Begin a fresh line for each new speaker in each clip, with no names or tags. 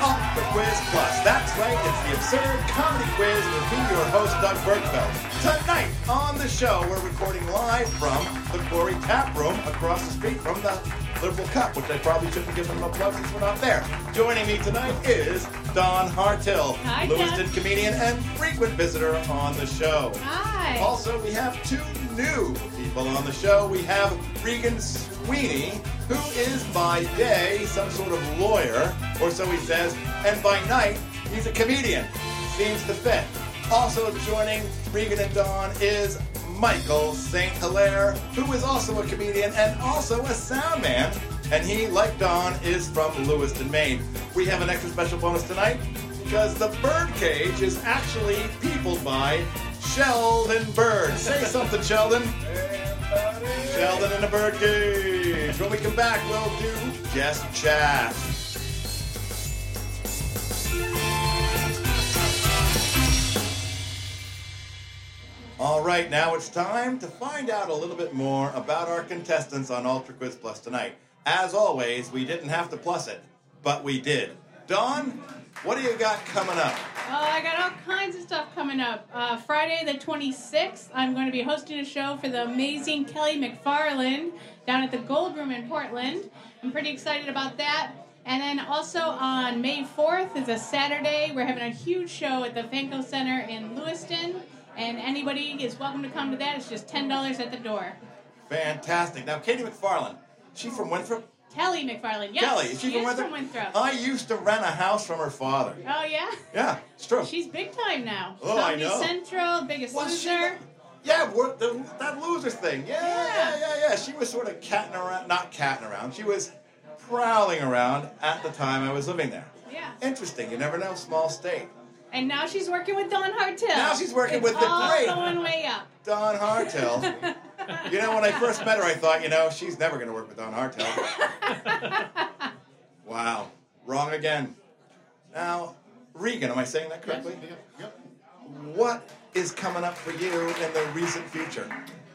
Quiz Plus. That's right, it's the Absurd Comedy Quiz with me, your host, Doug Bergfeld. Tonight on the show, we're recording live from the Quarry Tap Room across the street from the Liberal Cup, which I probably shouldn't give them a plug since we're not there. Joining me tonight is Don Hartill,
Hi,
Lewiston
Don.
comedian and frequent visitor on the show.
Hi.
Also, we have two new people on the show. We have Regan Sweeney, who is by day some sort of lawyer, or so he says, and by night he's a comedian. Seems to fit. Also joining Regan and Don is Michael St. Hilaire, who is also a comedian and also a sound man. And he, like Don, is from Lewiston, Maine. We have an extra special bonus tonight because the birdcage is actually peopled by Sheldon Bird. Say something, Sheldon. Sheldon in the birdcage. When we come back, we'll do just chat. All right, now it's time to find out a little bit more about our contestants on Ultra Quiz Plus tonight. As always, we didn't have to plus it, but we did. Dawn, what do you got coming up?
Oh, I got all kinds of stuff coming up. Uh, Friday the 26th, I'm going to be hosting a show for the amazing Kelly McFarland down at the Gold Room in Portland. I'm pretty excited about that. And then also on May 4th is a Saturday. We're having a huge show at the Fanco Center in Lewiston. And anybody is welcome to come to that. It's just $10 at the door.
Fantastic. Now, Katie McFarland, she from Winthrop?
Kelly McFarland, yes.
Kelly, is she,
is
Winthrop?
from Winthrop.
I used to rent a house from her father.
Oh, yeah?
Oh, Yeah, it's true.
She's big time now.
Oh, I
Comedy
know.
Central, Biggest
Was she-
Loser.
Yeah, work the, that loser thing. Yeah, yeah,
Yeah.
yeah, yeah. She was sort of catting around, not catting around. She was prowling around at the time I was living there.
Yeah.
Interesting. You never know. Small state.
And now she's working with Don Hartel.
Now she's working
it's
with the
all
great-
going way up.
Don Hartel. you know, when I first met her, I thought, you know, she's never going to work with Don Hartel. wow. Wrong again. Now, Regan, am I saying that correctly? What is coming up for you in the recent future?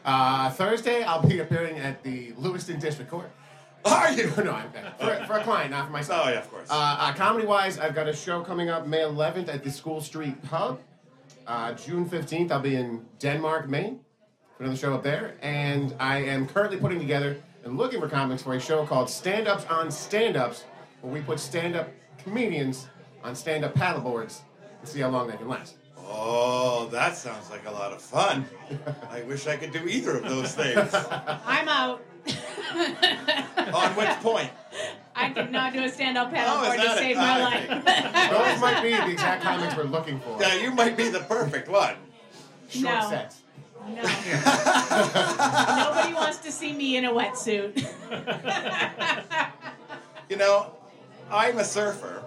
Uh, Thursday, I'll be appearing at the Lewiston District Court.
Are you?
No, I'm for, for a client, not for myself.
Oh, yeah, of course.
Uh, uh, comedy wise, I've got a show coming up May 11th at the School Street Pub. Uh, June 15th, I'll be in Denmark, Maine for another show up there. And I am currently putting together and looking for comics for a show called Stand Ups on Stand Ups, where we put stand up comedians on stand up paddleboards and see how long they can last.
Oh, that sounds like a lot of fun. I wish I could do either of those things.
I'm out.
On which point?
I could not do a stand-up
Oh,
paddle
is
board
that
to
it?
save
Oh,
my
okay.
life.
Those might be the exact comics we're looking for.
Yeah, you might be the perfect one.
Short
No.
sets.
No. Nobody wants to see me in a wetsuit.
You know, I'm a surfer,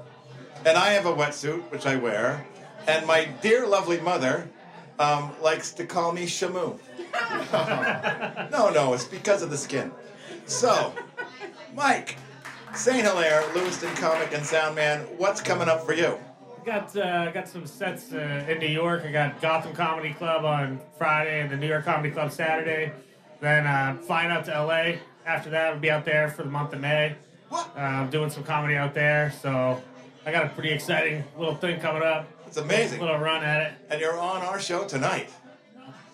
and I have a wetsuit which I wear, and my dear lovely mother um, likes to call me Shamu. no, no, it's because of the skin. So, Mike, St. Hilaire, Lewiston comic and sound man, what's coming up for you?
Got uh, got some sets uh, in New York. I got Gotham Comedy Club on Friday and the New York Comedy Club Saturday. Then uh, flying out to LA. After that, I'll be out there for the month of May.
What?
Uh, I'm doing some comedy out there, so I got a pretty exciting little thing coming up.
It's amazing.
Little run at it.
And you're on our show tonight.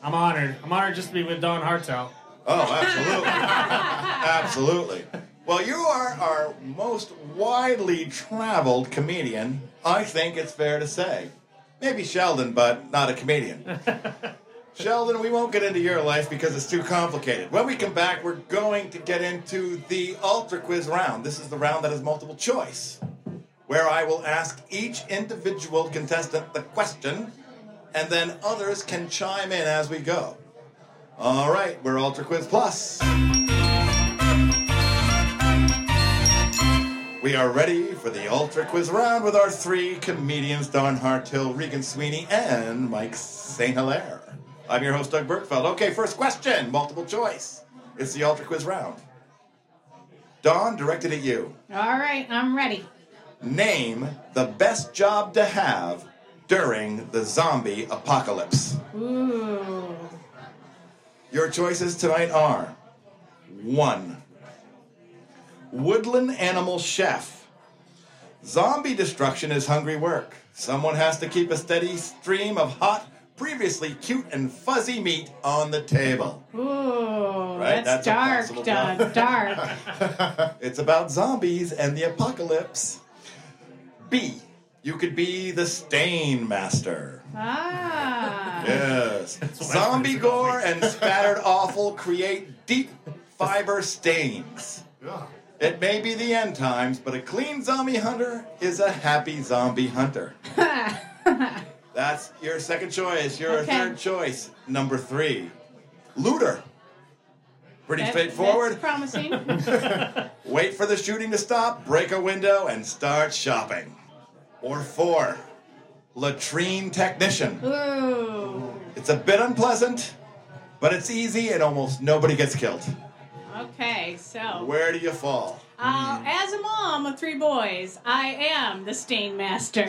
I'm honored. I'm honored just to be with Don Hartel.
Oh, absolutely. absolutely. Well, you are our most widely traveled comedian, I think it's fair to say. Maybe Sheldon, but not a comedian. Sheldon, we won't get into your life because it's too complicated. When we come back, we're going to get into the Ultra Quiz round. This is the round that is multiple choice, where I will ask each individual contestant the question, and then others can chime in as we go. All right, we're Ultra Quiz Plus. We are ready for the Ultra Quiz round with our three comedians Don Hartill, Regan Sweeney, and Mike St. Hilaire. I'm your host, Doug Bergfeld. Okay, first question, multiple choice. It's the Ultra Quiz round. Don, directed at you.
All right, I'm ready.
Name the best job to have during the zombie apocalypse.
Ooh.
Your choices tonight are one, woodland animal chef, Zombie destruction is hungry work. Someone has to keep a steady stream of hot, previously cute and fuzzy meat on the table.
Ooh,
Right,
that's,
that's a possible
dark, Doug.
plot.
Dark.
It's about zombies and the apocalypse. B. You could be the stain master.
Ah.
Yes. Zombie gore and spattered offal create deep fiber stains.
Ugh.
It may be the end times, but a clean zombie hunter is a happy zombie hunter. That's your second choice. Your
Okay.
third choice, number three, looter. Pretty
That-
straightforward.
That's promising.
Wait for the shooting to stop, break a window, and start shopping. Or four, latrine technician.
Ooh.
It's a bit unpleasant, but it's easy and almost nobody gets killed.
Okay, so
Where do you fall?
uh, as a mom of three boys, I am the stain master.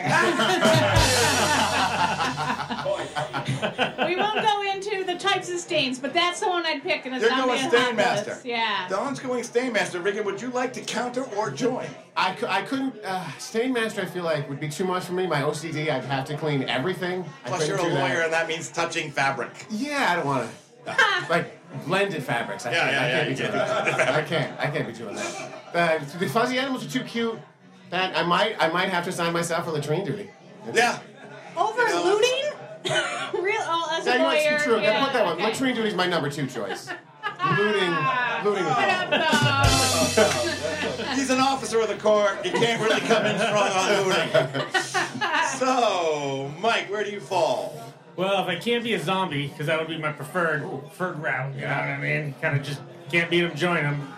we won't go into the types of stains, but that's the one I'd pick in a
You're
zombie
going stain
apocalypse.
master.
Yeah.
Don's going stain master. Regan, would you like to counter or join?
I, cou- I couldn't. Uh, Stainmaster, I feel like, would be too much for me. My OCD, I'd have to clean everything. I
Plus, you're
couldn't
a
do that.
lawyer, and that means touching fabric.
Yeah, I don't want to. like blended fabrics. I
Yeah,
can't,
yeah,
I
yeah,
can't
you
be doing
can't do blended
that. I can't. I can't be doing that. But the fuzzy animals are too cute. That I might. I might have to sign myself for latrine duty.
Yeah.
Over
You know,
looting? Real oh, as a
Yeah, you know,
lawyer.
it's true.
Yeah,
Put that one.
okay.
Latrine duty is my number two choice. looting,
Ah,
looting.
put up, though.
He's an officer of the court. He can't really come in strong on looting. So, Mike, where do you fall?
Well, if I can't be a zombie, because that would be my preferred preferred route. You know what I mean? Kind of just can't beat them, join them.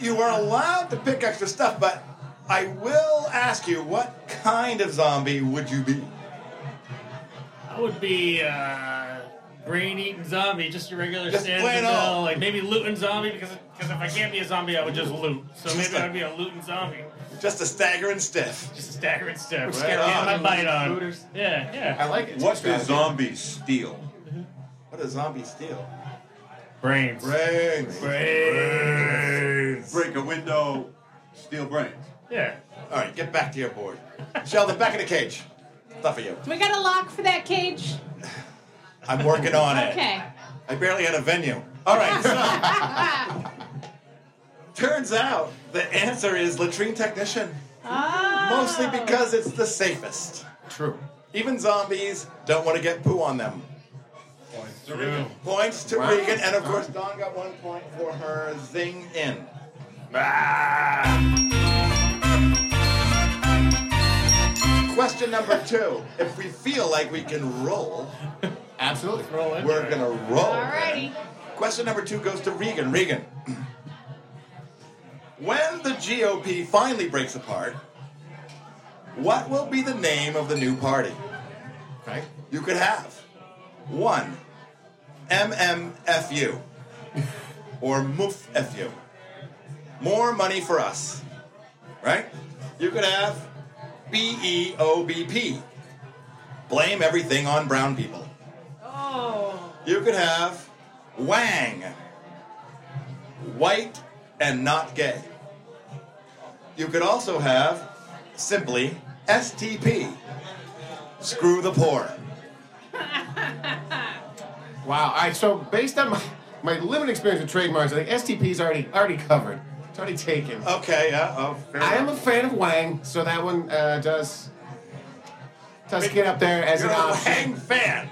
You were allowed to pick extra stuff, but I will ask you, what kind of zombie would you be?
I would be uh, brain eating zombie, just your regular
Just
standard
plain
vanilla,
old.
like maybe looting zombie because because if I can't be a zombie, I would just loot. So
Just
maybe
a-
I'd be a looting zombie,
Just a staggering stiff.
just a staggering step. Right
Right on.
my bite on.
Looters.
Yeah,
I
yeah.
like it.
What
It's a
do
strategy.
zombies steal?
What does zombies steal?
Brains.
Brains.
Brains.
Break a window, steal brains.
Yeah.
All right, get back to your board. Sheldon, back in the cage. Stuff for you.
we got a lock for that cage.
I'm working on it.
Okay.
I barely had a venue. All right, so turns out the answer is latrine technician,
Oh.
mostly because it's the safest.
True.
Even zombies don't want to get poo on them. Points to
Wow.
Regan, and of course, Dawn got one point for her zing in. Question number two. If we feel like we can roll,
Absolutely.
Roll in.
we're gonna roll.
Alrighty.
Question number two goes to Regan. Regan, when the GOP finally breaks apart, what will be the name of the new party?
Right.
You could have one MMFU or MUFFU. More money for us, right? You could have E BEOBP. Blame everything on brown people.
Oh.
You could have Wang, white and not gay. You could also have simply STP, screw the poor.
Wow. All right. So based on my, my limited experience with trademarks, I think STP is already already covered. It's already taken.
Okay, yeah, oh, fair
I am
enough.
a fan of Wang, so that one uh, does does get up there as
You're
an
a
option.
Wang fan.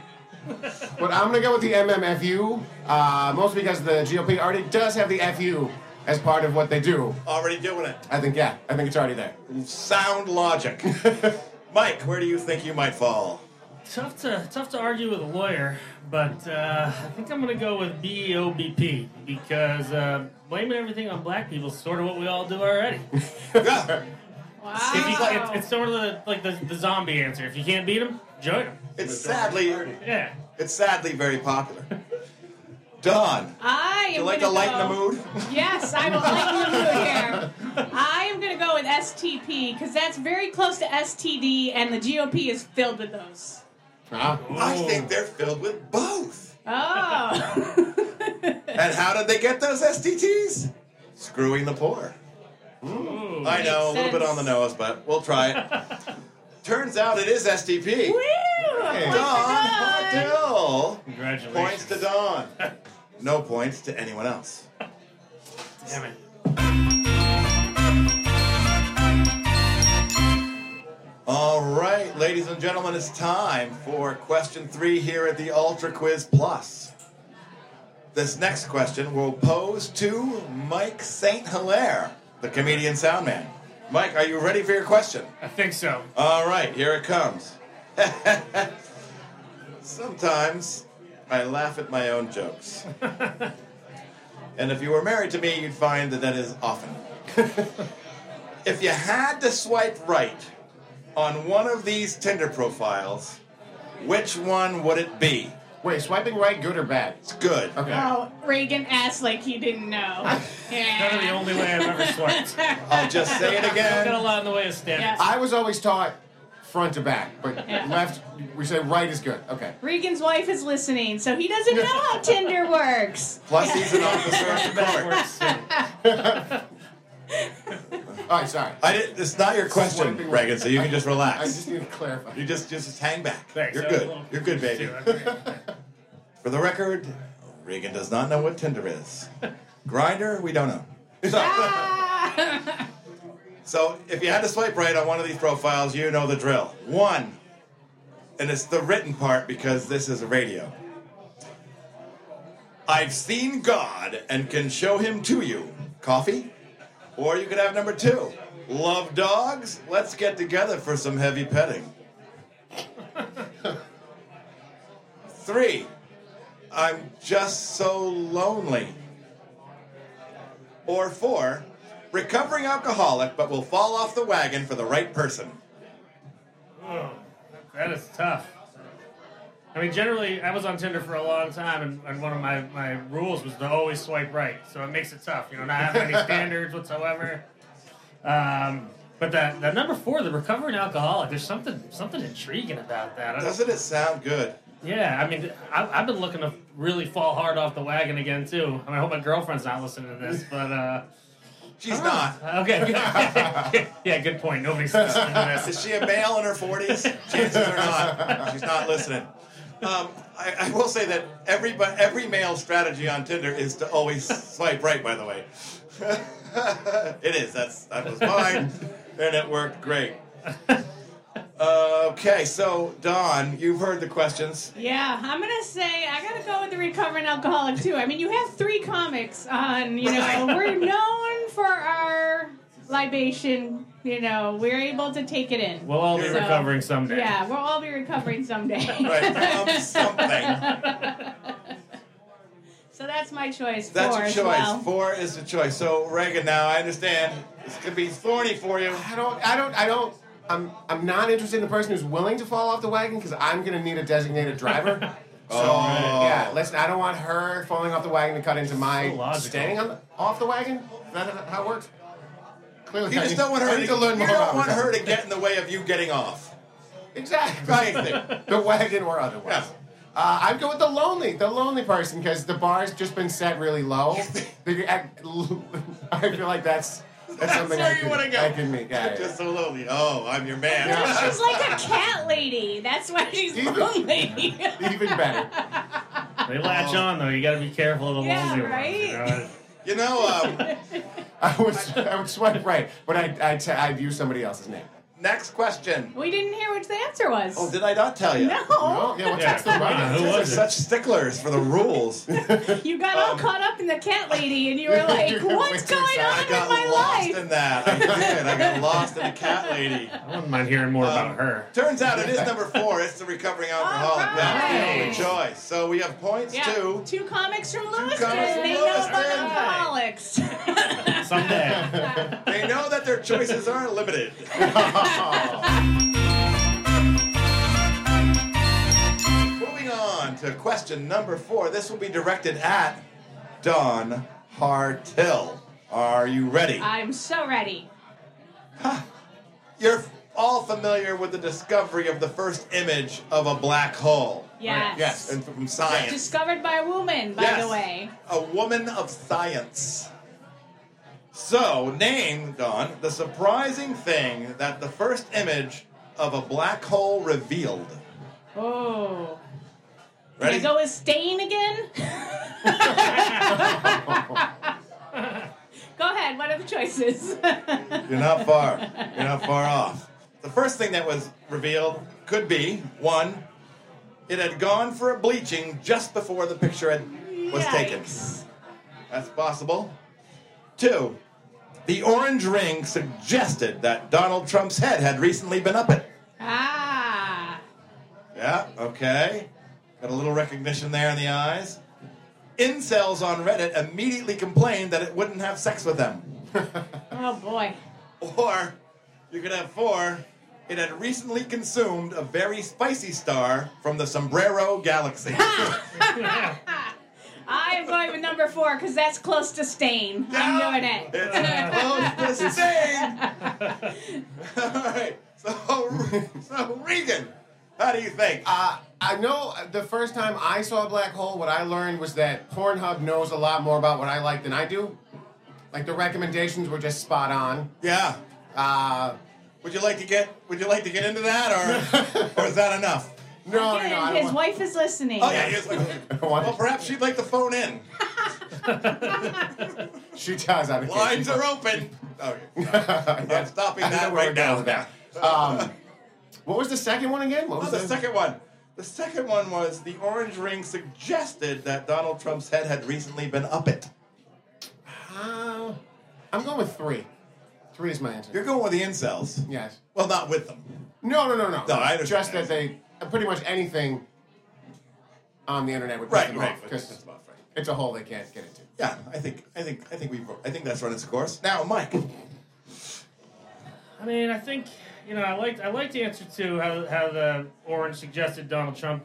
But I'm gonna go with the MMFU, uh, mostly because the GOP already does have the FU as part of what they do.
Already doing it.
I think yeah, I think it's already there.
Sound logic. Mike, where do you think you might fall?
Tough to tough to argue with a lawyer, but uh, I think I'm gonna go with BEOBP because uh, blaming everything on black people is sort of what we all do already.
Yeah,
Wow.
If you- it's, it's sort of the, like the, the zombie answer. If you can't beat them, join them.
it's sadly,
Yeah.
it's sadly very popular. Don,
I am
you like to
gonna
lighten the
go-
mood?
Yes, I will lighten the mood here. I am going to go with STP because that's very close to STD, and the GOP is filled with those.
Wow.
I think they're filled with both.
Oh.
And how did they get those STTs? Screwing the poor.
Ooh.
I know, a little
Makes
bit on the
sense.
nose, but we'll try it. Turns out it is STP.
Woo!
Hey.
Points to
Dawn
Dawn.
Hardill.
Congratulations.
Points to Dawn. No points to anyone else.
Damn it.
All right, ladies and gentlemen, it's time for question three here at the Ultra Quiz Plus. This next question will pose to Mike St. Hilaire, the comedian sound man. Mike, are you ready for your question?
I think so.
All right, here it comes. Sometimes I laugh at my own jokes. and if you were married to me, you'd find that that is often. if you had to swipe right on one of these Tinder profiles, which one would it be?
Wait, swiping right, good or bad?
It's good.
Okay.
Oh, Reagan asked like he didn't know.
Kind of the
Yeah.
only way I've ever swiped.
I'll just say it
I've got a
again.
lot in the way of standards.
I was always taught front to back, but
Yeah.
left, we say right is good. Okay.
Reagan's wife is listening, so he doesn't know how Tinder works.
Plus, he's an officer of the
That
court.
works too.
All right, sorry.
I didn't, it's not your question,
Swiping right.
Reagan, so you can just
I
relax.
just need to clarify.
You just just hang back.
Thanks.
You're
that was a
good.
little
You're good, baby.
confusing too. Okay.
For the record, Reagan does not know what Tinder is. Grinder, we don't know. So,
Ah!
so if you had to swipe right on one of these profiles, you know the drill. One, and it's the written part because this is radio. I've seen God and can show him to you. Coffee? Or you could have number two. Love dogs? Let's get together for some heavy petting. Three, I'm just so lonely. Or four, recovering alcoholic but will fall off the wagon for the right person.
Oh, that is tough. I mean, generally, I was on Tinder for a long time, and, and one of my, my rules was to always swipe right. So it makes it tough, you know, not having any standards whatsoever. Um, but that, that number four, the recovering alcoholic, there's something something intriguing about that. I-
Doesn't it sound good?
yeah, I mean, I, I've been looking to really fall hard off the wagon again too. I mean, I hope my girlfriend's not listening to this, but uh,
She's not.
okay. yeah, good point. Nobody's listening to this.
Is she a male in her 40s? Chances are not. She's not listening. Um, I, I will say that every, bu- every male strategy on Tinder is to always swipe right, by the way. it is. That's, that was mine, and it worked great. Uh, Okay, so Don, you've heard the questions.
yeah, I'm gonna say I gotta go with the recovering alcoholic too. I mean, you have three comics on. You know, we're known for our libation. You know, we're able to take it in.
We'll all be
So,
recovering someday.
yeah, we'll all be recovering someday.
Right, from something.
So that's my choice.
That's
four
your
as
choice.
well.
Four is the choice. So Reagan, now I understand this could be thorny for you.
I don't, I don't, I don't. I'm, I'm not interested in the person who's willing to fall off the wagon because I'm gonna need a designated driver. So
Oh.
yeah, listen, I don't want her falling off the wagon to cut into
So
my
logical.
standing on the, off the wagon. Is that how it works? Clearly,
You
I
just
need-
don't want
I
her to,
need to learn
you
more
don't
about
want her
myself.
to get in the way of you getting off.
exactly
Right there.
the wagon or otherwise.
Yeah.
Uh, I'd go with the lonely, the lonely person, because the bar's just been set really low. The- I I feel like that's that's something
where
I
you
can,
wanna go.
I can meet. Yeah, yeah, yeah.
Just so lonely. Oh, I'm your man.
No, she's like a cat lady. That's why she's
Even-
lonely.
Even better.
They latch on though. You got to be careful of the
Yeah,
lonely ones,
right?
you know?
You know, um,
I would, I would swipe right, but I, I, t- I'd use somebody else's name.
next question.
we didn't hear which the answer was.
Oh, did I not tell you?
No?
Oh.
no,
Yeah, what's
Yeah,
that's the
come
right
on, who
answer.
They're
was it?
such sticklers for the rules.
you got all
Um,
caught up in the cat lady, and you were like,
You're way
"What's
too
going on
uh, I
in
got
my
lost
life?"
in that. I did. I got lost in the cat lady.
I wouldn't mind hearing more about her.
Turns out it is number four. It's the recovering alcoholic. That's the only choice. So we have points
Yeah,
two.
two comics from Lewiston.
comics from
they know
Lewiston.
about alcoholics.
Someday.
They know that their choices are limited. Moving on to question number four. This will be directed at Don Hartill. Are you ready?
I'm so ready.
You're all familiar with the discovery of the first image of a black hole.
Yes.
Yes, and from science.
Discovered by a woman, by
Yes.
the way.
A woman of science. So, name, Don, the surprising thing that the first image of a black hole revealed.
Oh. Can I
Ready?
go with stain again? go ahead. What are the choices?
You're not far. You're not far off. The first thing that was revealed could be one, it had gone for a bleaching just before the picture had, was taken.
Yikes.
That's possible. Two, the orange ring suggested that Donald Trump's head had recently been up it.
Ah.
Yeah, okay. Got a little recognition there in the eyes. Incels on Reddit immediately complained that it wouldn't have sex with them.
Oh boy.
Or you could have four. It had recently consumed a very spicy star from the Sombrero Galaxy.
I am going with number four because that's close to stain. I'm doing it.
uh, It's close to staying. All right. So, so Regan, how do you think?
Uh, I know the first time I saw a black hole, what I learned was that Pornhub knows a lot more about what I like than I do. Like the recommendations were just spot on.
yeah.
Uh,
Would you like to get? Would you like to get into that, or or is that enough?
no, no,
Good,
no. I don't
His
want-
wife is listening.
Oh yeah. Yes. Like,
What?
well, perhaps she'd like to phone in.
She does. I
Lines are open. Oh, Okay. I'm
Yes.
stopping
I know
that
where
right
we're going
now.
with that. Um, what was the second one again? What
Oh,
was
the second one. The second one was the orange ring suggested that Donald Trump's head had recently been up it.
Uh, I'm going with three. Three is my answer.
You're going with the incels.
yes.
Well, not with them.
No, no, no, no.
No, I understand.
Just that they uh, pretty much anything on the internet would piss
Right,
them
right.
off,
but
'cause
that's about right.
it's a hole they can't get into.
Yeah, I think, I think, I think we've, I think that's run its course. Now, Mike.
I mean, I think you know, I liked I liked the answer to how how the orange suggested Donald Trump,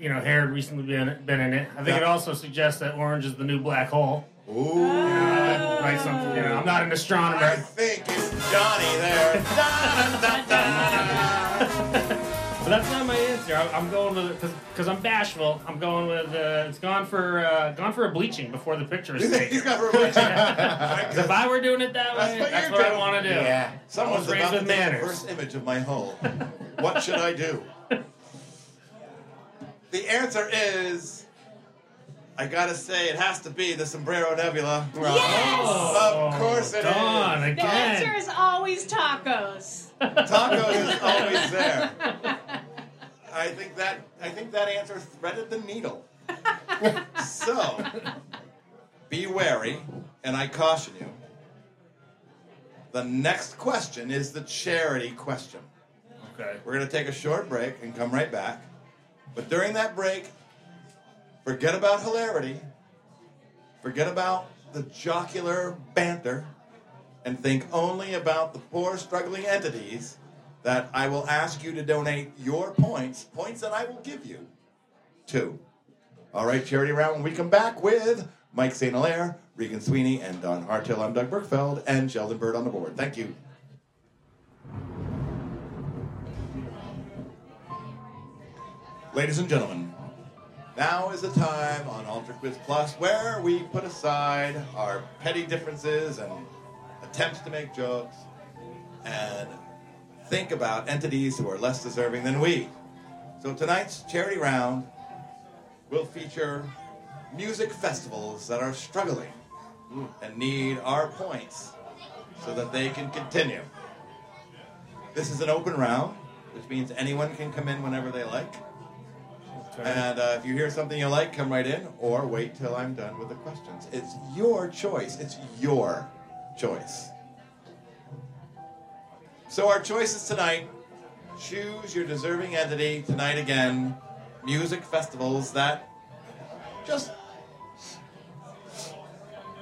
you know, hair had recently been been in it. I think
Yeah.
it also suggests that orange is the new black hole.
Ooh.
Oh.
Right? Something. You know, I'm not an
I
astronomer,
think it's Johnny there. Da, da, da, da, da.
but that's not my answer. I, I'm going with because I'm bashful. I'm going with uh, it's gone for uh, gone for a bleaching before the picture
You
is
think
taken.
he's got reverse?
'Cause if I were doing it that
That's
way,
what
that's
you're
what I
doing.
want to do.
Yeah.
Someone's
I was raised
about to
with
take the
manners.
first image of my hole. what should I do? The answer is, I gotta say, it has to be the Sombrero Nebula.
Yes.
Oh,
Of course it is.
Dawn,
The answer
again.
is always tacos.
Tacos is always there. I think that I think that answer threaded the needle. so, be wary, and I caution you. The next question is the charity question.
Okay.
We're going to take a short break and come right back. But during that break, forget about hilarity, forget about the jocular banter, and think only about the poor, struggling entities that I will ask you to donate your points, points that I will give you to. All right, charity round when we come back with Mike St. Hilaire, Regan Sweeney, and Don Hartill. I'm Doug Bergfeld and Sheldon Bird on the board. Thank you. Ladies and gentlemen, now is the time on Ultra Quiz Plus where we put aside our petty differences and attempts to make jokes and think about entities who are less deserving than we. So tonight's charity round will feature music festivals that are struggling and need our points so that they can continue. This is an open round, which means anyone can come in whenever they like. And uh, if you hear something you like, come right in or wait till I'm done with the questions. It's your choice. It's your choice. So, our choices tonight choose your deserving entity tonight again. Music festivals that just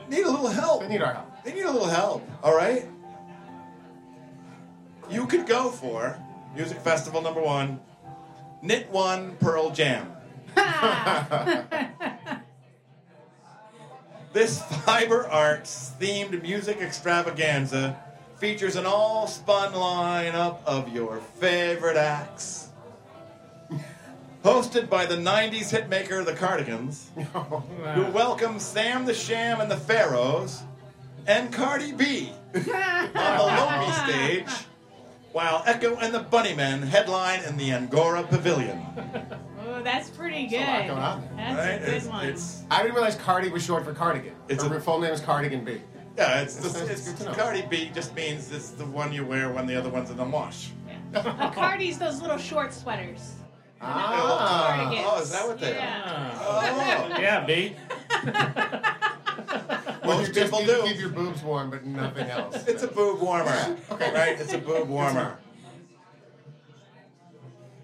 need a little help.
They need our help.
They need a little help, all right? You could go for music festival number one, knit one Pearl Jam.
Oh,
this fiber arts themed music extravaganza features an all spun lineup of your favorite acts. Hosted by the 90s hitmaker The Cardigans, who welcomes Sam the Sham and the Pharaohs and Cardi B on the Lomi stage, while Echo and the Bunnymen headline in the Angora Pavilion.
Oh, that's pretty good.
That's a lot going on
That's
Right?
a good
It's,
one.
it's-
I didn't realize Cardi was short for cardigan.
It's
Her
a-
full name is Cardigan B.
yeah, it's, just,
That's-
it's,
that's good to know.
Cardi B just means it's the one you wear when the other one's in the wash.
A Cardi's those little short sweaters.
Ah, uh,
Cardigan.
Oh, is that what they are?
Ah.
Oh,
Yeah, B.
well, you
Most
just
people
need to
do.
keep your boobs warm, but nothing else.
it's a boob warmer. Okay, right? It's a boob warmer.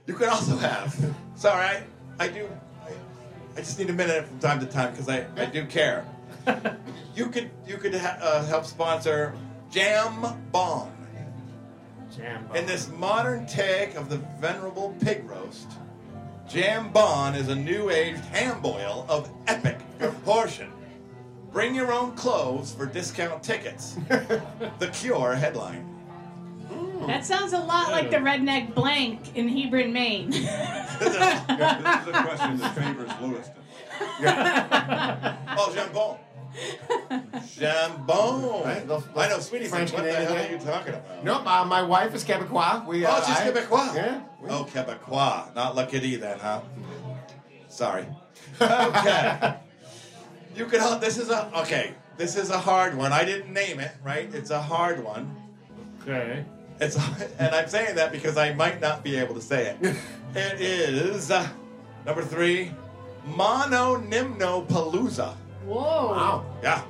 You can also have. Sorry, I, I do. I, I just need a minute from time to time because I, I do care. you could you could ha- uh, help sponsor Jam Bomb
Jam.
in this modern take of the venerable pig roast. Jam Bon is a new aged ham boil of epic proportion. Bring your own clothes for discount tickets. the Cure headline.
That sounds a lot like the redneck blank in Hebron, Maine.
this is a question that favors Lewiston.
Oh, jambon. jambon.
Right, the- the
I know, sweetie.
French
French what the
Canadian
hell
there.
are you talking about?
Nope, uh, my wife is Quebecois. We, uh,
Oh, she's
I-
Quebecois.
Yeah. we-
Oh, Quebecois. Not Luckity then, huh? Sorry. Okay. you could. all- This is a okay. This is a hard one. I didn't name it, right? It's a hard one.
Okay.
It's and I'm saying that because I might not be able to say it. it is uh, number three, Mononymnopalooza.
Whoa.
Wow.
Yeah.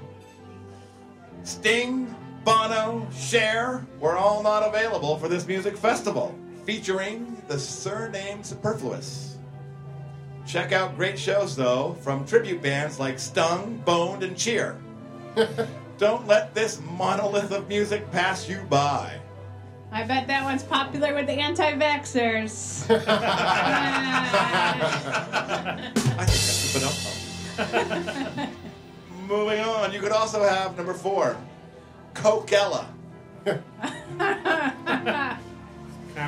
Sting, Bono, Cher were all not available for this music festival, featuring the surname Superfluous. Check out great shows, though, from tribute bands like Stung, Boned, and Cheer. Don't let this monolith of music pass you by.
I bet that one's popular with the anti-vaxxers. Yeah.
I think that's a banana. Moving on, you could also have number four, Coquella.
Kind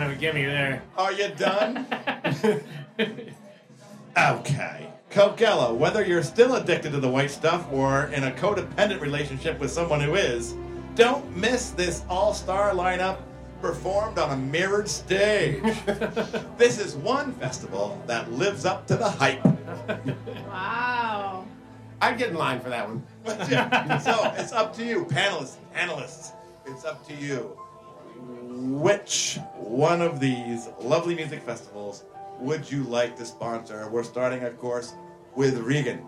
of a gimme there.
Are you done? okay. Coquella, whether you're still addicted to the white stuff or in a codependent relationship with someone who is, don't miss this all star lineup performed on a mirrored stage. this is one festival that lives up to the hype.
wow.
I'd get in line for that one.
so it's up to you, panelists, analysts. It's up to you. Which one of these lovely music festivals would you like to sponsor? We're starting, of course, with Regan.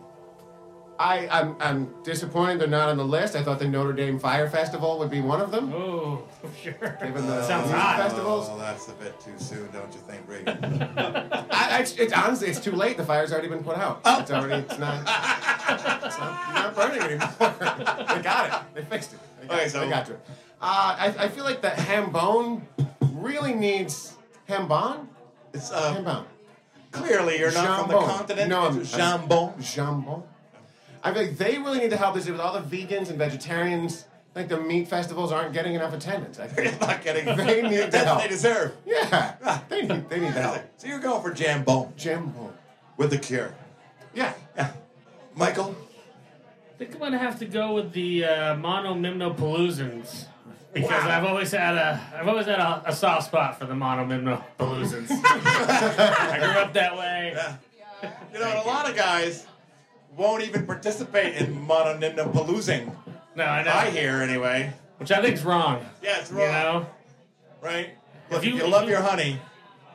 I, I'm, I'm disappointed they're not on the list. I thought the Notre Dame Fire Festival would be one of them.
Oh, sure.
Given the
Sounds
music
hot.
festivals,
Oh, that's a bit too soon, don't you think, Regan?
I, I- it's, it's honestly, it's too late. The fire's already been put out.
Oh.
It's already, it's not, it's not, not burning anymore. they got it. They fixed it. They got,
Okay, so-
they got to it. Uh, I, I feel like the Hambone really needs Hambone.
it's uh,
Hambone.
clearly you're not from the
Jambon.
continent.
No,
it's
I'm- I'm-
jambon.
Jambon. I feel like they really need to help this with all the vegans and vegetarians. I think the meat festivals aren't getting enough attendance. I think.
You're not getting.
They need
that's what
help.
they deserve.
Yeah, they need they need help.
So you're going for jambon
Jambon.
with the cure,
Yeah.
Michael?
I think I'm gonna have to go with the uh, monomimnopaloozans because I've always had a I've always had a, a soft spot for the monomimnopaloozans. I grew up that way.
You know, a lot of guys won't even participate in Mononimnopaloozing.
No, I know,
I hear, anyway.
which I think's wrong.
Yeah, it's
You
wrong,
know,
right? Look, if you,
you-
love
if you-
your honey,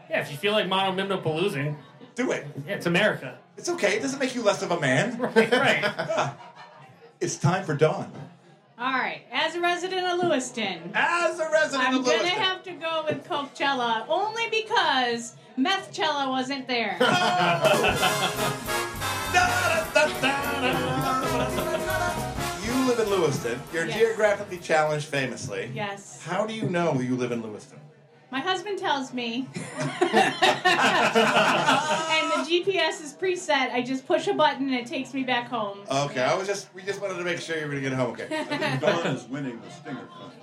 yeah, if you feel like monomimnopaloozing,
do it.
yeah, it's America.
It's okay. It doesn't make you less of a man. Ah,
right.
It's time for dawn.
All right. As a resident of Lewiston,
As a resident
I'm
of
gonna
Lewiston.
have to go with Coachella only because Methcella wasn't there.
Da-da-da-da-da-da-da-da-da. you live in Lewiston. You're
Yes.
geographically challenged, famously.
yes.
How do you know you live in Lewiston?
My husband tells me. and the GPS is preset. I just push a button and it takes me back home.
Okay, I was just we just wanted to make sure you were gonna get home okay.
Dawn is winning the Stinger contest.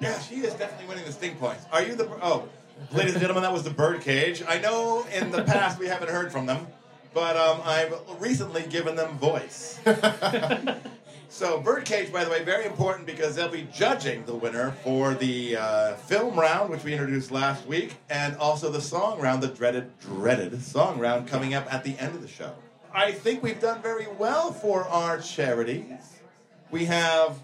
Yeah, she is definitely winning the sting points. Are you the oh, ladies and gentlemen? That was the birdcage. I know in the past we haven't heard from them, but um, I've recently given them voice. So, Birdcage, by the way, very important because they'll be judging the winner for the uh, film round, which we introduced last week, and also the song round, the dreaded, dreaded song round coming up at the end of the show. I think we've done very well for our charities. We have,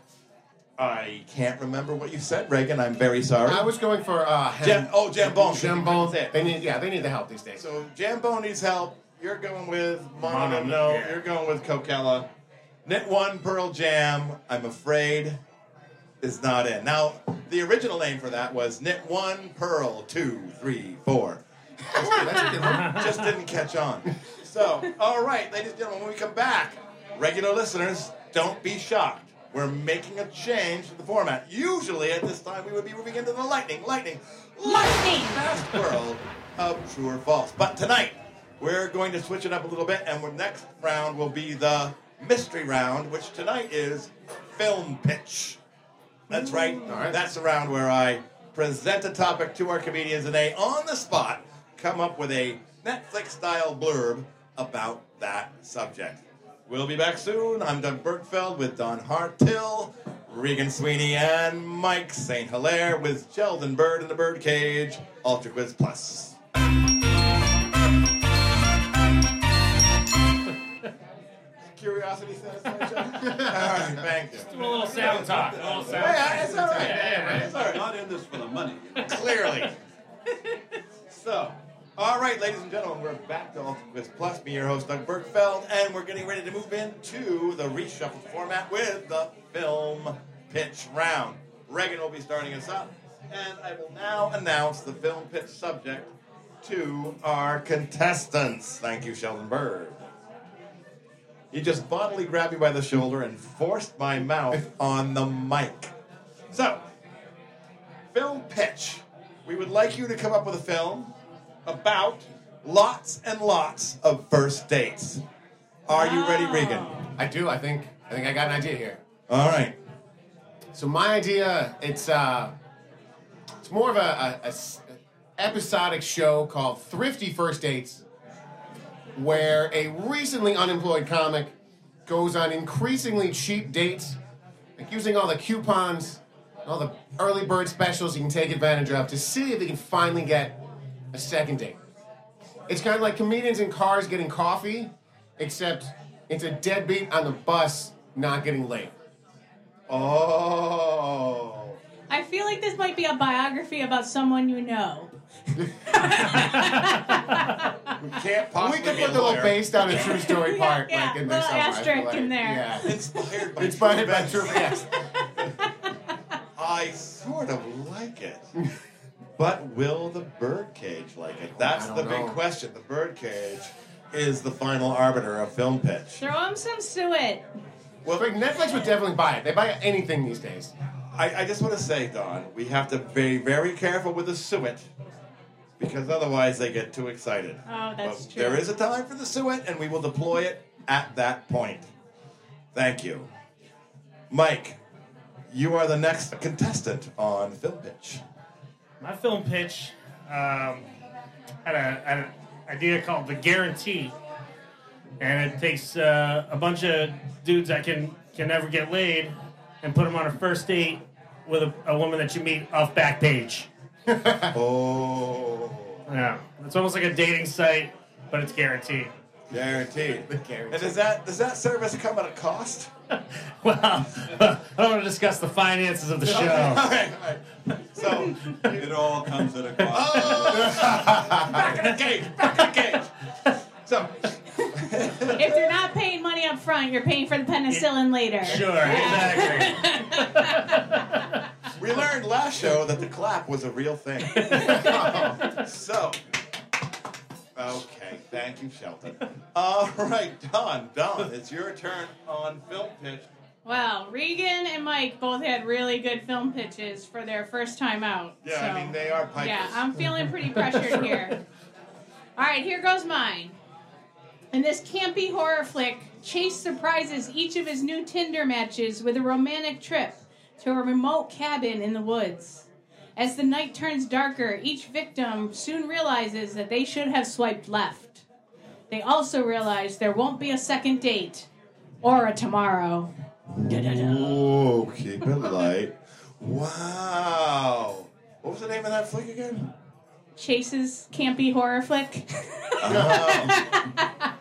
I can't remember what you said, Reagan. I'm very sorry.
I was going for uh, hem-
Jam- oh, Jambone.
Jambone.
That's it.
They need, yeah, they need the help these days.
So Jambone needs help. You're going with Mono.
Mono,
No,
yeah.
you're going with Coquella. Knit One Pearl Jam. I'm afraid is not in. Now the original name for that was Knit One Pearl Two Three Four.
That's a good one.
Just didn't catch on. So all right, ladies and gentlemen, when we come back, regular listeners, don't be shocked. We're making a change to the format. Usually at this time we would be moving into the lightning, lightning,
Lightning!
fast world of true or false. But tonight, we're going to switch it up a little bit, and our next round will be the mystery round, which tonight is film pitch. That's right.
right.
That's the round where I present a topic to our comedians, and they, on the spot, come up with a Netflix-style blurb about that subject. We'll be back soon. I'm Doug Bergfeld with Don Hartill, Regan Sweeney, and Mike St. Hilaire with Sheldon Bird in the Birdcage, Ultra Quiz Plus. Curiosity satisfaction? All right, thank you.
A little sound talk. A little sound
Yeah, it's all right.
Yeah, right.
It's all right.
Not in this for the money.
Clearly. so, all right, ladies and gentlemen, we're back to Ultimate Quiz Plus. Me, your host, Doug Bergfeld, and we're getting ready to move into the reshuffled format with the film pitch round. Reagan will be starting us up, and I will now announce the film pitch subject to our contestants. Thank you, Sheldon Bird. He just bodily grabbed me by the shoulder and forced my mouth on the mic. So, film pitch. We would like you to come up with a film about lots and lots of first dates. Are you ready, Regan?
I do. I think. I think I got an idea here.
All right.
So my idea, it's uh, it's more of a, a- a s- episodic show called Thrifty First Dates, where a recently unemployed comic goes on increasingly cheap dates, like using all the coupons, and all the early bird specials he can take advantage of to see if he can finally get a second date. It's kind of like comedians in cars getting coffee, except it's a deadbeat on the bus not getting late.
Oh.
I feel like this might be a biography about someone you know.
We can't
We
possibly
could
be a
put the little
lawyer.
based on a true story
Yeah,
part,
yeah,
like in there
little
somewhere. I feel
asterisk
like.
in there.
Yeah.
Inspired by
Inspired by
true
true
events.
yes.
I sort of like it. But will the birdcage like it? That's
I
the
don't
big
know.
question. The birdcage is the final arbiter of film pitch.
Throw him some suet.
Well,
Like Netflix would definitely buy it. They buy anything these days.
I, I just want to say, Don, we have to be very careful with the suet because otherwise they get too excited.
Oh, that's
But
true.
There is a time for the suet, and we will deploy it at that point. Thank you. Mike, you are the next contestant on Film Pitch.
My film pitch um, had, a, had an idea called The Guarantee, and it takes uh, a bunch of dudes that can, can never get laid and put them on a first date with a, a woman that you meet off Backpage.
Oh,
Yeah, it's almost like a dating site, but it's guaranteed.
guaranteed.
guarantee.
And does that does that service come at a cost?
Well, I don't want to discuss the finances of the show.
All right, all right. So,
It all comes at a cost.
Oh! back in the cage, back in the cage. So,
If you're not paying money up front, you're paying for the penicillin later.
Sure, exactly.
We learned last show that the clap was a real thing. so, okay, thank you, Shelton. All right, Don, Don, it's your turn on film pitch.
Well, Regan and Mike both had really good film pitches for their first time out.
Yeah,
so-
I mean they are pipers.
Yeah, I'm feeling pretty pressured here. All right, here goes mine. In this campy horror flick, Chase surprises each of his new Tinder matches with a romantic trip to a remote cabin in the woods. As the night turns darker, each victim soon realizes that they should have swiped left. They also realize there won't be a second date or a tomorrow.
Whoa, keep it light. Wow. What was the name of that flick again?
Chase's campy horror flick.
Oh.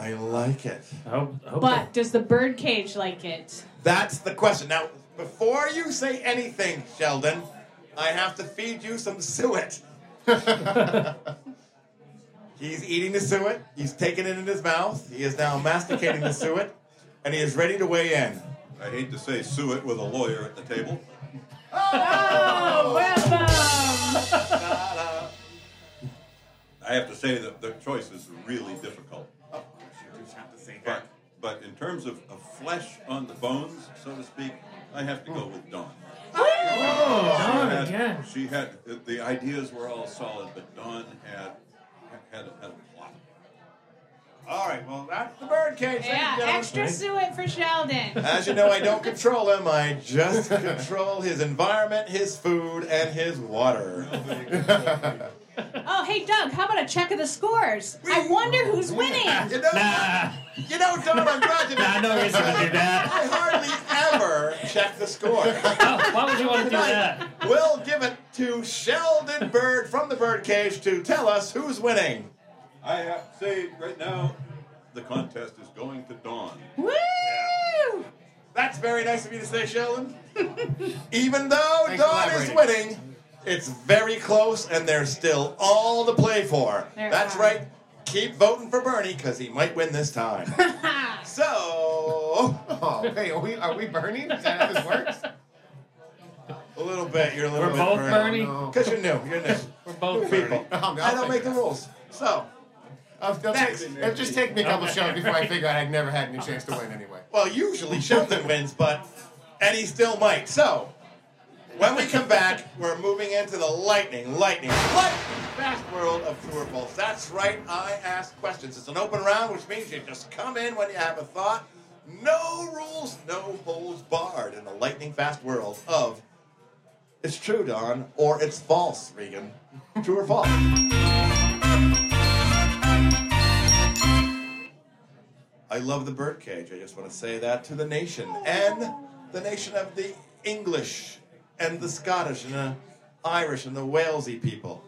I like it.
I hope, I hope
but does the birdcage like it?
That's the question. Now, before you say anything, Sheldon, I have to feed you some suet. He's eating the suet. He's taking it in his mouth. He is now masticating the suet, and he is ready to weigh in.
I hate to say suet with a lawyer at the table.
Oh, welcome!
I have to say that the choice is really difficult.
Of course, you just have to say
But but in terms of, of flesh on the bones, so to speak, I have to go with Dawn. Dawn
again.
She had the ideas were all solid, but Dawn had had, had a plot.
All right. Well, that's the birdcage. ladies and
Yeah,
gentlemen.
extra suet for Sheldon.
As you know, I don't control him. I just control his environment, his food, and his water.
Oh, hey, Doug, how about a check of the scores? I wonder who's winning.
You know,
Nah,
you know, Don, I'm glad you
nah, no reason to do that.
I hardly ever check the score.
Oh, why would you want to do that?
We'll give it to Sheldon Bird from the Birdcage to tell us who's winning.
I have to say right now, the contest is going to Dawn.
Woo!
That's very nice of you to say, Sheldon. Even though
Thanks for
Dawn is
elaborating.
winning, it's very close, and there's still all to play for.
There
That's
are.
right. Keep voting for Bernie because he might win this time.
Ha.
so,
Oh, hey, are we are we burning? Is that how this works?
a little bit. You're a little
We're
bit
both
Bernie.
Bernie.
No.
Because you're new. You're new.
We're both
People.
burning.
Oh, no,
I don't
thank
make the
you.
rules. So,
I'll, I'll
Next.
take- it'll just take me a couple shows before I figure out I've never had any chance to win anyway.
Well, usually Sheldon wins, but and he still might. So when we come back, we're moving into the lightning, lightning, lightning fast world of true or false. That's right. I ask questions. It's an open round, which means you just come in when you have a thought. No rules, no holds barred in the lightning fast world of it's true, Don, or it's false, Regan. True or false? I love the birdcage. I just want to say that to the nation and the nation of the English and the Scottish and the Irish and the Walesy people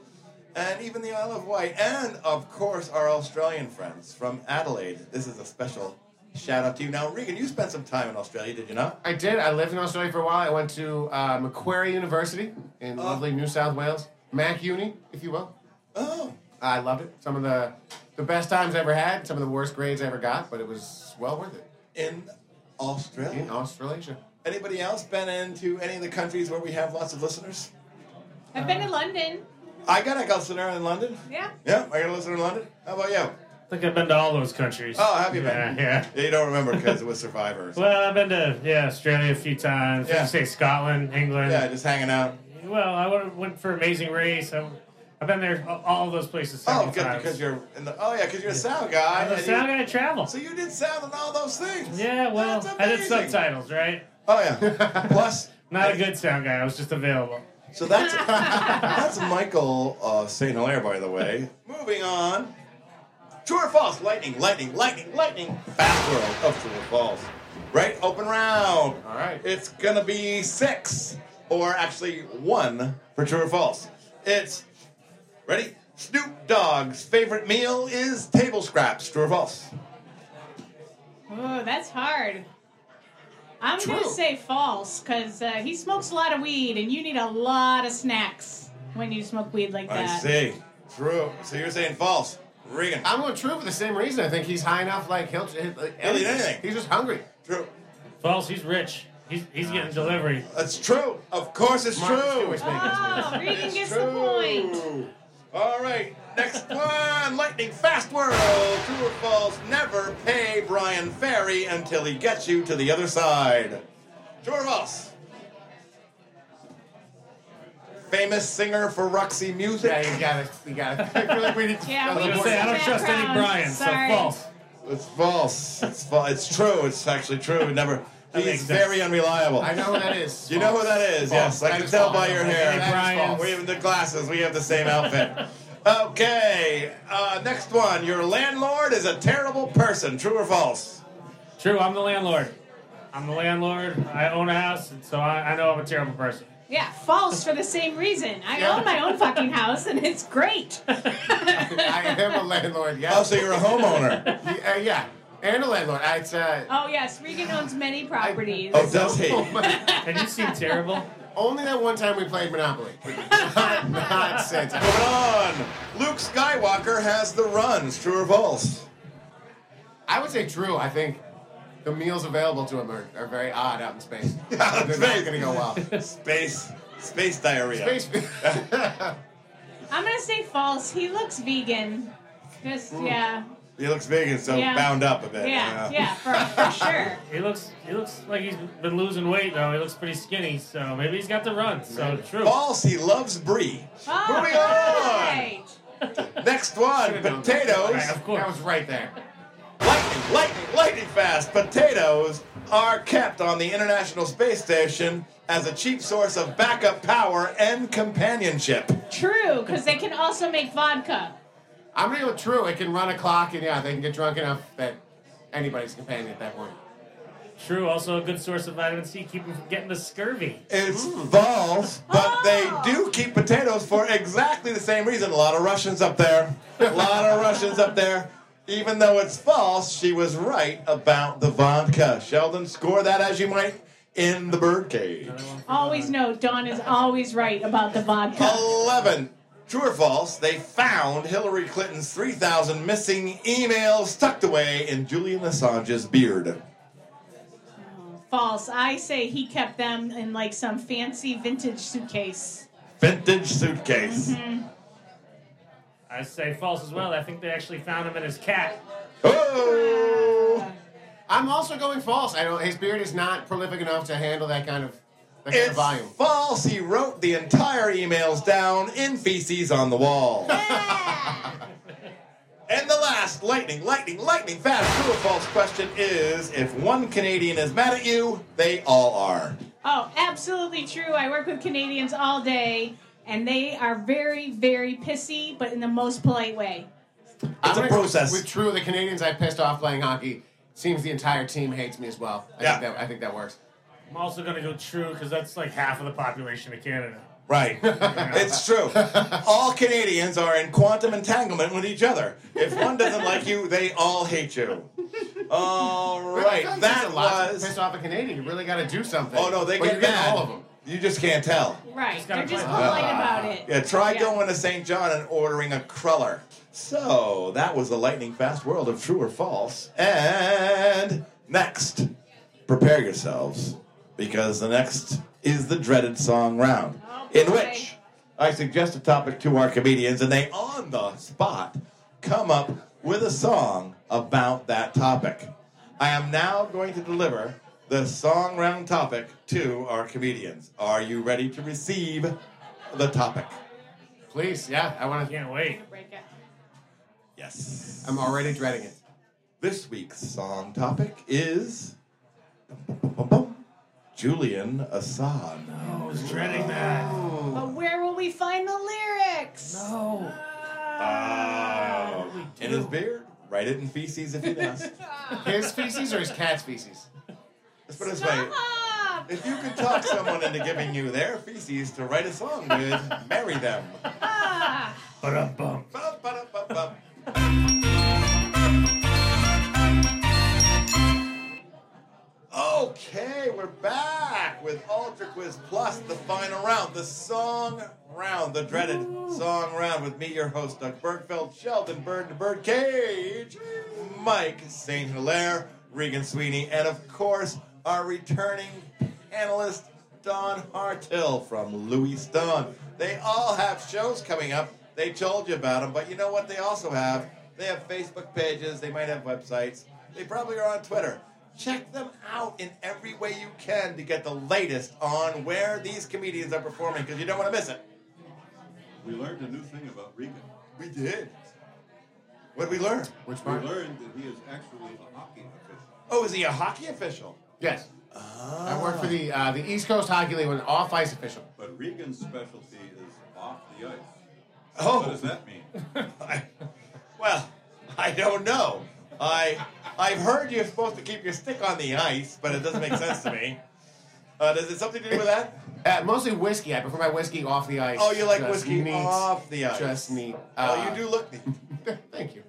and even the Isle of Wight and of course our Australian friends from Adelaide. This is a special shout out to you. Now, Regan, you spent some time in Australia, did you not?
I did. I lived in Australia for a while. I went to uh, Macquarie University in lovely New South Wales, Mac Uni, if you will.
Oh,
I loved it. Some of the the best times I ever had. Some of the worst grades I ever got, but it was well worth it
in Australia.
in Australasia.
Anybody else been into any of the countries where we have lots of listeners?
I've been to London.
I got a listener in London.
Yeah.
Yeah, I got a listener in London. How about you?
I think I've been to all those countries.
Oh, have you
yeah,
been?
Yeah.
You don't remember because it was Survivors.
Well, I've been to yeah Australia a few times.
Yeah.
Yeah. Say Scotland, England.
yeah, just hanging out.
Well, I went, went for Amazing Race. I, have been there all- all those places.
Oh,
several
good
times.
because you're in the. Oh yeah, because you're a sound guy.
I'm a
and
sound
you,
guy. I travel.
So you did sound and all those things.
Yeah, well,
That's
I did
amazing.
subtitles, right?
Oh yeah. Plus,
Not a good sound guy. I was just available.
So that's that's Michael uh, St. Hilaire, by the way. Moving on. True or false? Lightning, lightning, lightning, lightning. Fast world of true or false. Right? Open round.
All right.
It's gonna be six, or actually one for true or false. It's ready. Snoop Dogg's favorite meal is table scraps. True or false?
Oh, that's hard. I'm going to
True.
say false because uh, he smokes a lot of weed and you need a lot of snacks when you smoke weed like
I
that.
see. True. So you're saying false. Regan.
I'm going true for the same reason. I think he's high enough. Like he'll, he'll,
He'll eat anything.
He's just hungry.
True.
False. He's rich. He's he's getting delivery.
That's true. Of course it's
Martha
true.
Stewart's making this movie.
Oh, Regan
It's
gets the point.
All right, next one. Lightning fast whirl. True or false? Never pay Brian Ferry until he gets you to the other side. True or false? Famous singer for Roxy Music.
Yeah, you got it. You got it. I feel like we need to.
Yeah,
a
we
I
little
was
need
gonna
more-
say I don't trust any
Background,
Brian, so
sorry.
false.
It's false. It's false. It's true. It's actually true. Never.
That
He's
makes sense.
very unreliable.
I know who that is.
You know who that is? Yes, I
That
can
is
tell
false.
by your
That is
hair.
false.
Brian's-
We have the glasses. We have the same outfit. Okay, uh, next one. Your landlord is a terrible person. True or false?
True. I'm the landlord. I'm the landlord. I own a house, and so I, I know I'm a terrible person.
Yeah, false for the same reason. I
Yeah.
own my own fucking house and it's great.
I am a landlord. Yes.
Oh, so you're a homeowner.
Yeah, uh, yeah, and a landlord. I, it's, uh,
oh yes, Regan owns many properties.
Oh, does he?
Have you seen Terrible?
Only that one time we played Monopoly. not, not since.
Moving on. Luke Skywalker has the runs. True or false?
I would say true. I think the meals available to him are, are very odd out in space.
Out in
They're
space.
not going to go well.
Space. Space diarrhea.
Space.
I'm gonna say false. He looks vegan. Just yeah,
He looks vegan, so
Yeah.
bound up a bit.
yeah, yeah, for, for sure.
He looks he looks like he's been losing weight though. He looks pretty skinny, so maybe he's got the run. So true.
False. He loves brie.
All
Moving on.
right.
Next one.
Should've known that.
Potatoes.
Right, of course.
That was right there.
Lightning, lightning, lightning fast. Potatoes are kept on the International Space Station as a cheap source of backup power and companionship.
True, because they can also make vodka.
I'm going to go true. It can run a clock, and yeah, they can get drunk enough that anybody's companion at that point.
True. Also a good source of vitamin C, keep him from getting the scurvy.
It's false, but
Oh.
they do keep potatoes for exactly the same reason. A lot of Russians up there. A lot of Russians up there. Even though it's false, she was right about the vodka. Sheldon, score that as you might in the birdcage.
Always know Dawn is always right about the
Oh.
vodka.
11. True or false, they found Hillary Clinton's 3,000 missing emails tucked away in Julian Assange's beard.
False. I say he kept them in like some fancy vintage suitcase.
Vintage suitcase.
I say false as well. I think they actually found him in his cat.
Oh!
I'm also going false. I don't. His beard is not prolific enough to handle that kind of that kind of
It's
volume.
false. He wrote the entire emails down in feces on the wall. and the last lightning, lightning, lightning fast true or false question is if one Canadian is mad at you, they all are.
Oh, absolutely true. I work with Canadians all day, and they are very, very pissy, but in the most polite way.
I'm
It's a
gonna-
process.
With true, the Canadians I pissed off playing hockey. Seems the entire team hates me as well. I
Yeah.
think that I think that works.
I'm also gonna go true because that's like half of the population of Canada.
Right. it's true. All Canadians are in quantum entanglement with each other. If one doesn't like you, they all hate you. All
I
right.
feel like
That
since the last time you
was.
piss off a Canadian. You really got to do something.
Oh, no, they
But
get
you
mad.
all of them.
You just can't tell.
Right.
Just gotta
They're just
play-
polite about it.
Yeah, try going to St. John and ordering a cruller. So that was the lightning fast world of true or false. And next, prepare yourselves because the next is the dreaded song round,
Oh,
in
boy.
which I suggest a topic to our comedians and they, on the spot, come up with a song about that topic. I am now going to deliver the song round topic to our comedians. Are you ready to receive the topic?
Please, yeah, I want to.
Can't wait.
Break it.
Yes.
I'm already dreading it.
This week's song topic is bum, bum, bum, Julian Assange.
I was dreading that.
But where will we find the lyrics?
No.
Oh. In his beard? Write it in feces if you must.
His feces or his cat's feces?
Let's put it this way.
Stop!
If you could talk someone into giving you their feces to write a song with, marry them.
Ah.
But a bump.
Bum, ba, da, bum, bum. Okay, we're back with Ultra Quiz Plus, the final round, the song round, the dreaded song round with me, your host, Doug Bergfeld, Sheldon Bird to Bird Cage, Mike St. Hilaire, Regan Sweeney, and of course, our returning panelist, Don Hartill from Lewiston. They all have shows coming up. They told you about them, but you know what they also have? They have Facebook pages, they might have websites, they probably are on Twitter. Check them out in every way you can to get the latest on where these comedians are performing because you don't want to miss it.
We learned a new thing about Regan.
We did. What did we learn?
Which
We
part?
learned that he is actually a hockey official.
Oh, is he a hockey official?
Yes.
Ah.
I work for the uh, the East Coast Hockey League, an off ice official.
But Regan's specialty is off the ice.
Oh,
What does that mean?
I, well, I don't know. I I've heard you're supposed to keep your stick on the ice, but it doesn't make sense to me. Uh, does it something to do with that?
Uh, mostly whiskey. I prefer my whiskey off the ice.
Oh, you like
Just
whiskey
neat.
off the ice.
Just neat.
oh, you do look neat.
do. Thank you.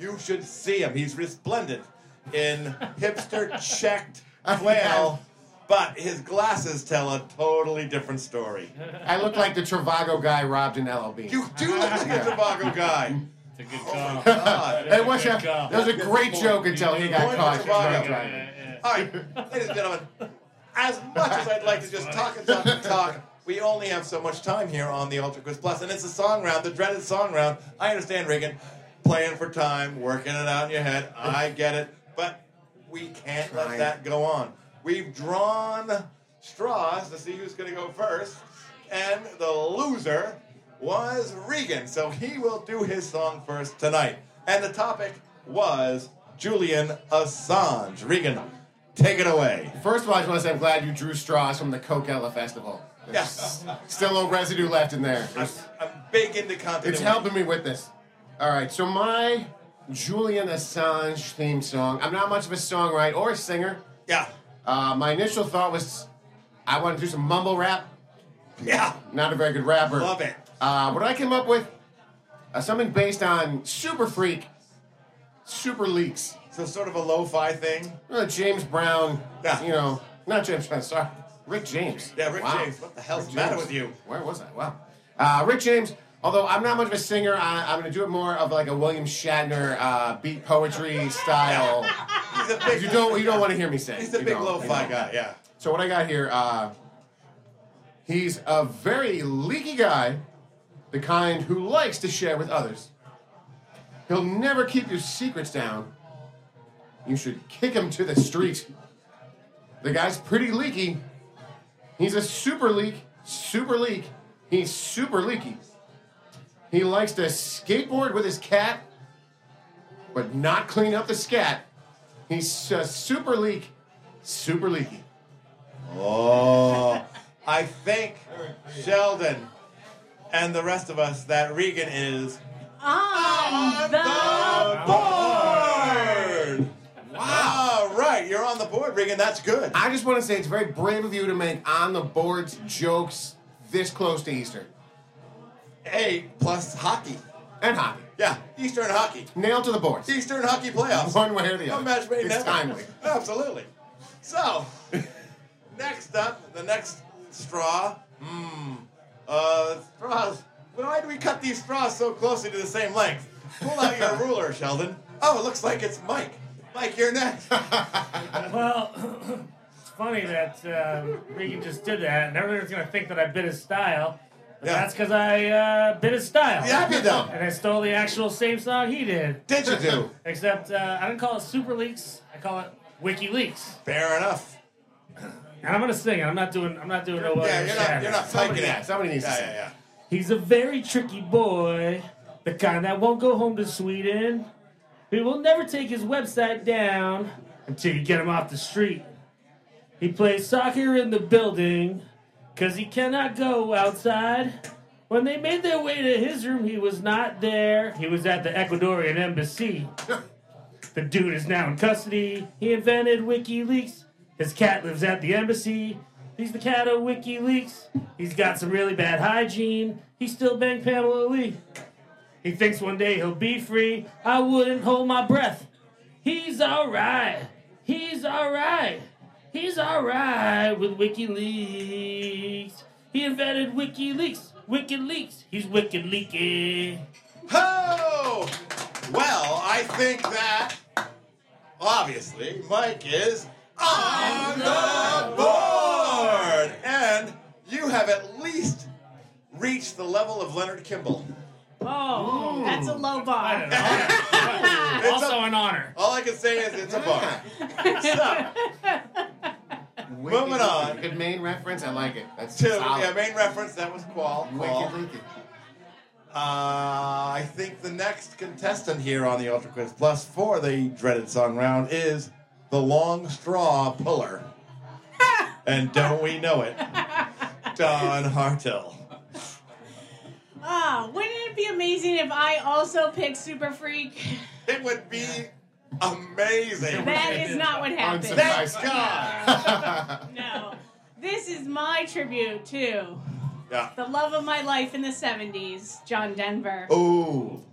You should see him. He's resplendent in hipster checked flannel, but his glasses tell a totally different story.
I look like the Travago guy robbed an LLB.
You do look like a Tobago guy. Oh,
It's a good call.
Uh,
God.
That was, a,
Good call.
that was a great joke until he got
Point
caught.
to Travago.
drunk driving.
All right, ladies and gentlemen, as much as I'd like to just talk and talk and talk, we only have so much time here on the Ultra Quiz Plus, and it's a song round, the dreaded song round. I understand, Regan, playing for time, working it out in your head. I get it, but we can't let
Trying.
that go on. We've drawn straws to see who's going to go first, and the loser was Regan, so he will do his song first tonight. And the topic was Julian Assange. Regan, take it away.
First of all, I just want to say I'm glad you drew straws from the Coachella Festival. There's
Yes.
Still a little residue left in there.
I'm, I'm big into continuity.
It's helping me with this. All right, so my Julian Assange theme song. I'm not much of a songwriter or a singer.
Yeah.
Uh, my initial thought was I want to do some mumble rap.
Yeah.
Not a very good rapper.
Love it.
Uh, what I came up with uh, something based on Super Freak, Super Leaks.
So sort of a lo-fi thing.
Uh, James Brown.
Yeah.
You know, not James Brown. Sorry, Rick James.
Yeah, Rick
Wow.
James. What the hell's the matter
James.
with you?
Where was I? Wow. Uh, Rick James. Although I'm not much of a singer, I, I'm going to do it more of like a William Shatner uh, beat poetry style.
He's a big.
you don't you don't want to hear me sing.
He's a
You
big
don't,
lo-fi
you don't.
guy. Yeah.
So what I got here, uh, he's a very leaky guy, the kind who likes to share with others. He'll never keep your secrets down. You should kick him to the street. The guy's pretty leaky. He's a super leak, super leak. He's super leaky. He likes to skateboard with his cat, but not clean up the scat. He's a super leak, super leaky.
Oh, I think Sheldon and the rest of us that Regan is
On
the board. Wow. Right. You're on the board, Regan. That's good.
I just want to say it's very brave of you to make on the boards jokes this close to Easter
A plus hockey.
and hockey.
Yeah. Eastern hockey.
Nailed to the boards.
Eastern hockey playoffs.
One way or the
No
other.
match made
it's
never.
timely.
Absolutely. So, next up, the next straw. Hmm. Uh, straws. Why do we cut these straws so closely to the same length? Pull out your ruler, Sheldon. Oh, it looks like it's Mike. Mike, you're next.
Well, it's funny that uh, Regan just did that, and everyone's gonna think that I bit his style. But
Yeah.
That's because I uh, bit his style.
Yeah, you do.
And I stole the actual same song he did.
Did you do?
Except uh, I don't call it Super Leaks. I call it WikiLeaks.
Fair enough.
And I'm gonna sing it. I'm not doing. I'm not doing no.
Yeah,
William
you're not. You're
Shatner.
not
Somebody-
taking
yeah,
it.
somebody needs to
yeah,
say
yeah, yeah.
He's a very tricky boy, the kind that won't go home to Sweden. He will never take his website down until you get him off the street. He plays soccer in the building because he cannot go outside. When they made their way to his room, he was not there. He was at the Ecuadorian embassy. The dude is now in custody. He invented WikiLeaks. His cat lives at the embassy. He's the cat of WikiLeaks. He's got some really bad hygiene. He still banged Pamela Lee. He thinks one day he'll be free. I wouldn't hold my breath. He's alright. He's alright. He's alright with WikiLeaks. He invented WikiLeaks. WikiLeaks. He's wicked leaky.
Oh! Well, I think that obviously Mike is on the board! And you have at least reached the level of Leonard Kimball.
Oh, that's a low bar.
It's a-
an honor.
all I can say is it's a bar. So,
Wicked
Moving
leaky.
on.
Good main reference. I like it. That's
two,
solid.
yeah, main reference, that was Qual. Qual.
Wicked leaky.
Uh, I think the next contestant here on the Ultra Quiz Plus for the dreaded song round is the long straw puller. and don't we know it? Don Hartel.
Ah, wouldn't it be amazing if I also picked Super Freak?
It would be Amazing.
That is not what happened.
That- Thanks,
Unsurprised.
God. No. This is my tribute to
Yeah.
the love of my life in the 70s, John Denver.
Oh. Ooh,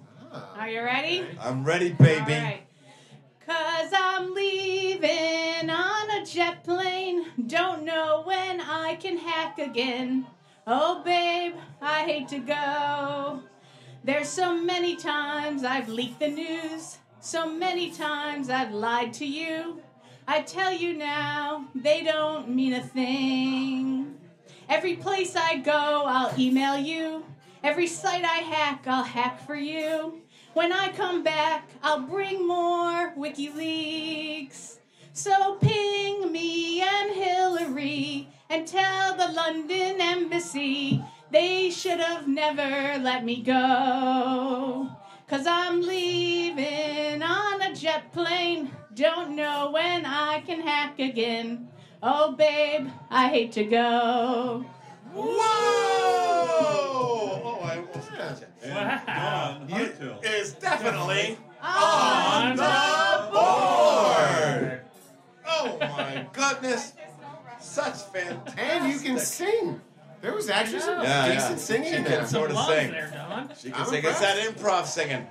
Are you ready?
I'm ready, baby.
All right. Cause I'm leaving on a jet plane. Don't know when I can hack again. Oh, babe, I hate to go. There's so many times I've leaked the news. So many times I've lied to you. I tell you now, they don't mean a thing. Every place I go, I'll email you. Every site I hack, I'll hack for you. When I come back, I'll bring more WikiLeaks. So ping me and Hillary and tell the London Embassy they should have never let me go. Cause I'm leaving on a jet plane. Don't know when I can hack again. Oh, babe, I hate to go.
Whoa! Oh, I almost got you.
And
Wow.
Don
You-
Hartel.
Is definitely
On
on the board. Oh my goodness! Such fantastic.
And you can sing. There was actually some
Yeah,
decent
yeah.
singing
She
in
can
there.
sort of
Love
sing.
there, Don.
She can
I'm
sing. It's that improv singing.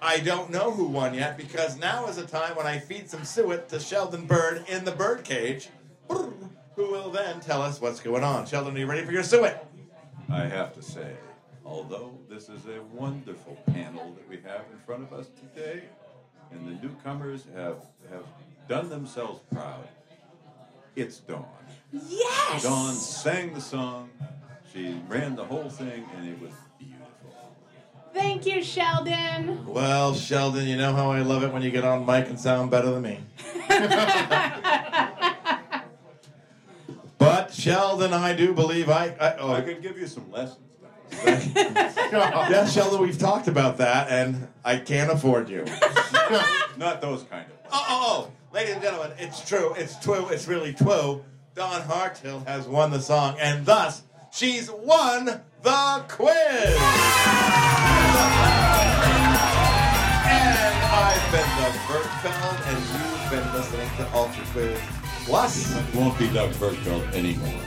I don't know who won yet because now is a time when I feed some suet to Sheldon Bird in the bird cage, who will then tell us what's going on. Sheldon, are you ready for your suet?
I have to say, although this is a wonderful panel that we have in front of us today, and the newcomers have have done themselves proud, it's Dawn.
Yes!
Dawn sang the song, she ran the whole thing, and it was beautiful.
Thank you, Sheldon.
Well, Sheldon, you know how I love it when you get on mic and sound better than me. but Sheldon, I do believe I. I oh,
I could give you some lessons.
yeah, Sheldon, we've talked about that, and I can't afford you.
Not those kind of.
Oh, oh, oh, ladies and gentlemen, it's true. It's true. It's really true. Don Harthill has won the song, and thus she's won the quiz. And I've been the Bertfeld, and you've been listening to Ultra Quiz Plus.
It won't be Doug Bergfeld anymore.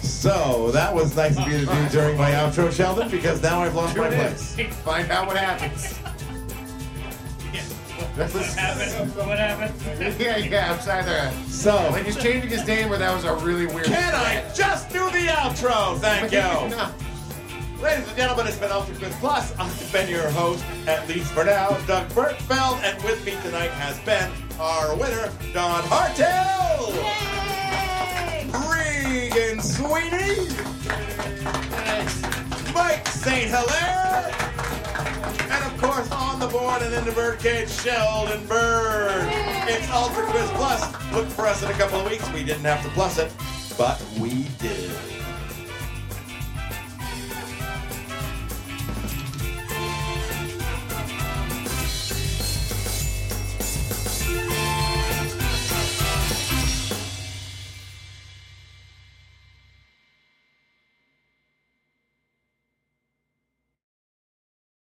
So that was nice of you to do during my outro, Sheldon, because now I've lost my
Tune in.
place.
Find out what happens. This is-
Happened. What happened?
yeah, yeah, I'm sorry there.
So
Like he's changing his name, or that was a really weird.
can I just do the outro? Thank you.
No.
Ladies and gentlemen, it's been Ultra Quiz Plus. I've been your host, at least for now, Doug Bertfeld, and with me tonight has been our winner, Don Hartel!
Yay!
Regan Sweeney! Mike St. Hilaire! And of course, on the board and in the birdcage, Sheldon Bird! It's Ultra Quiz Plus. Look for us in a couple of weeks. We didn't have to plus it, but we did.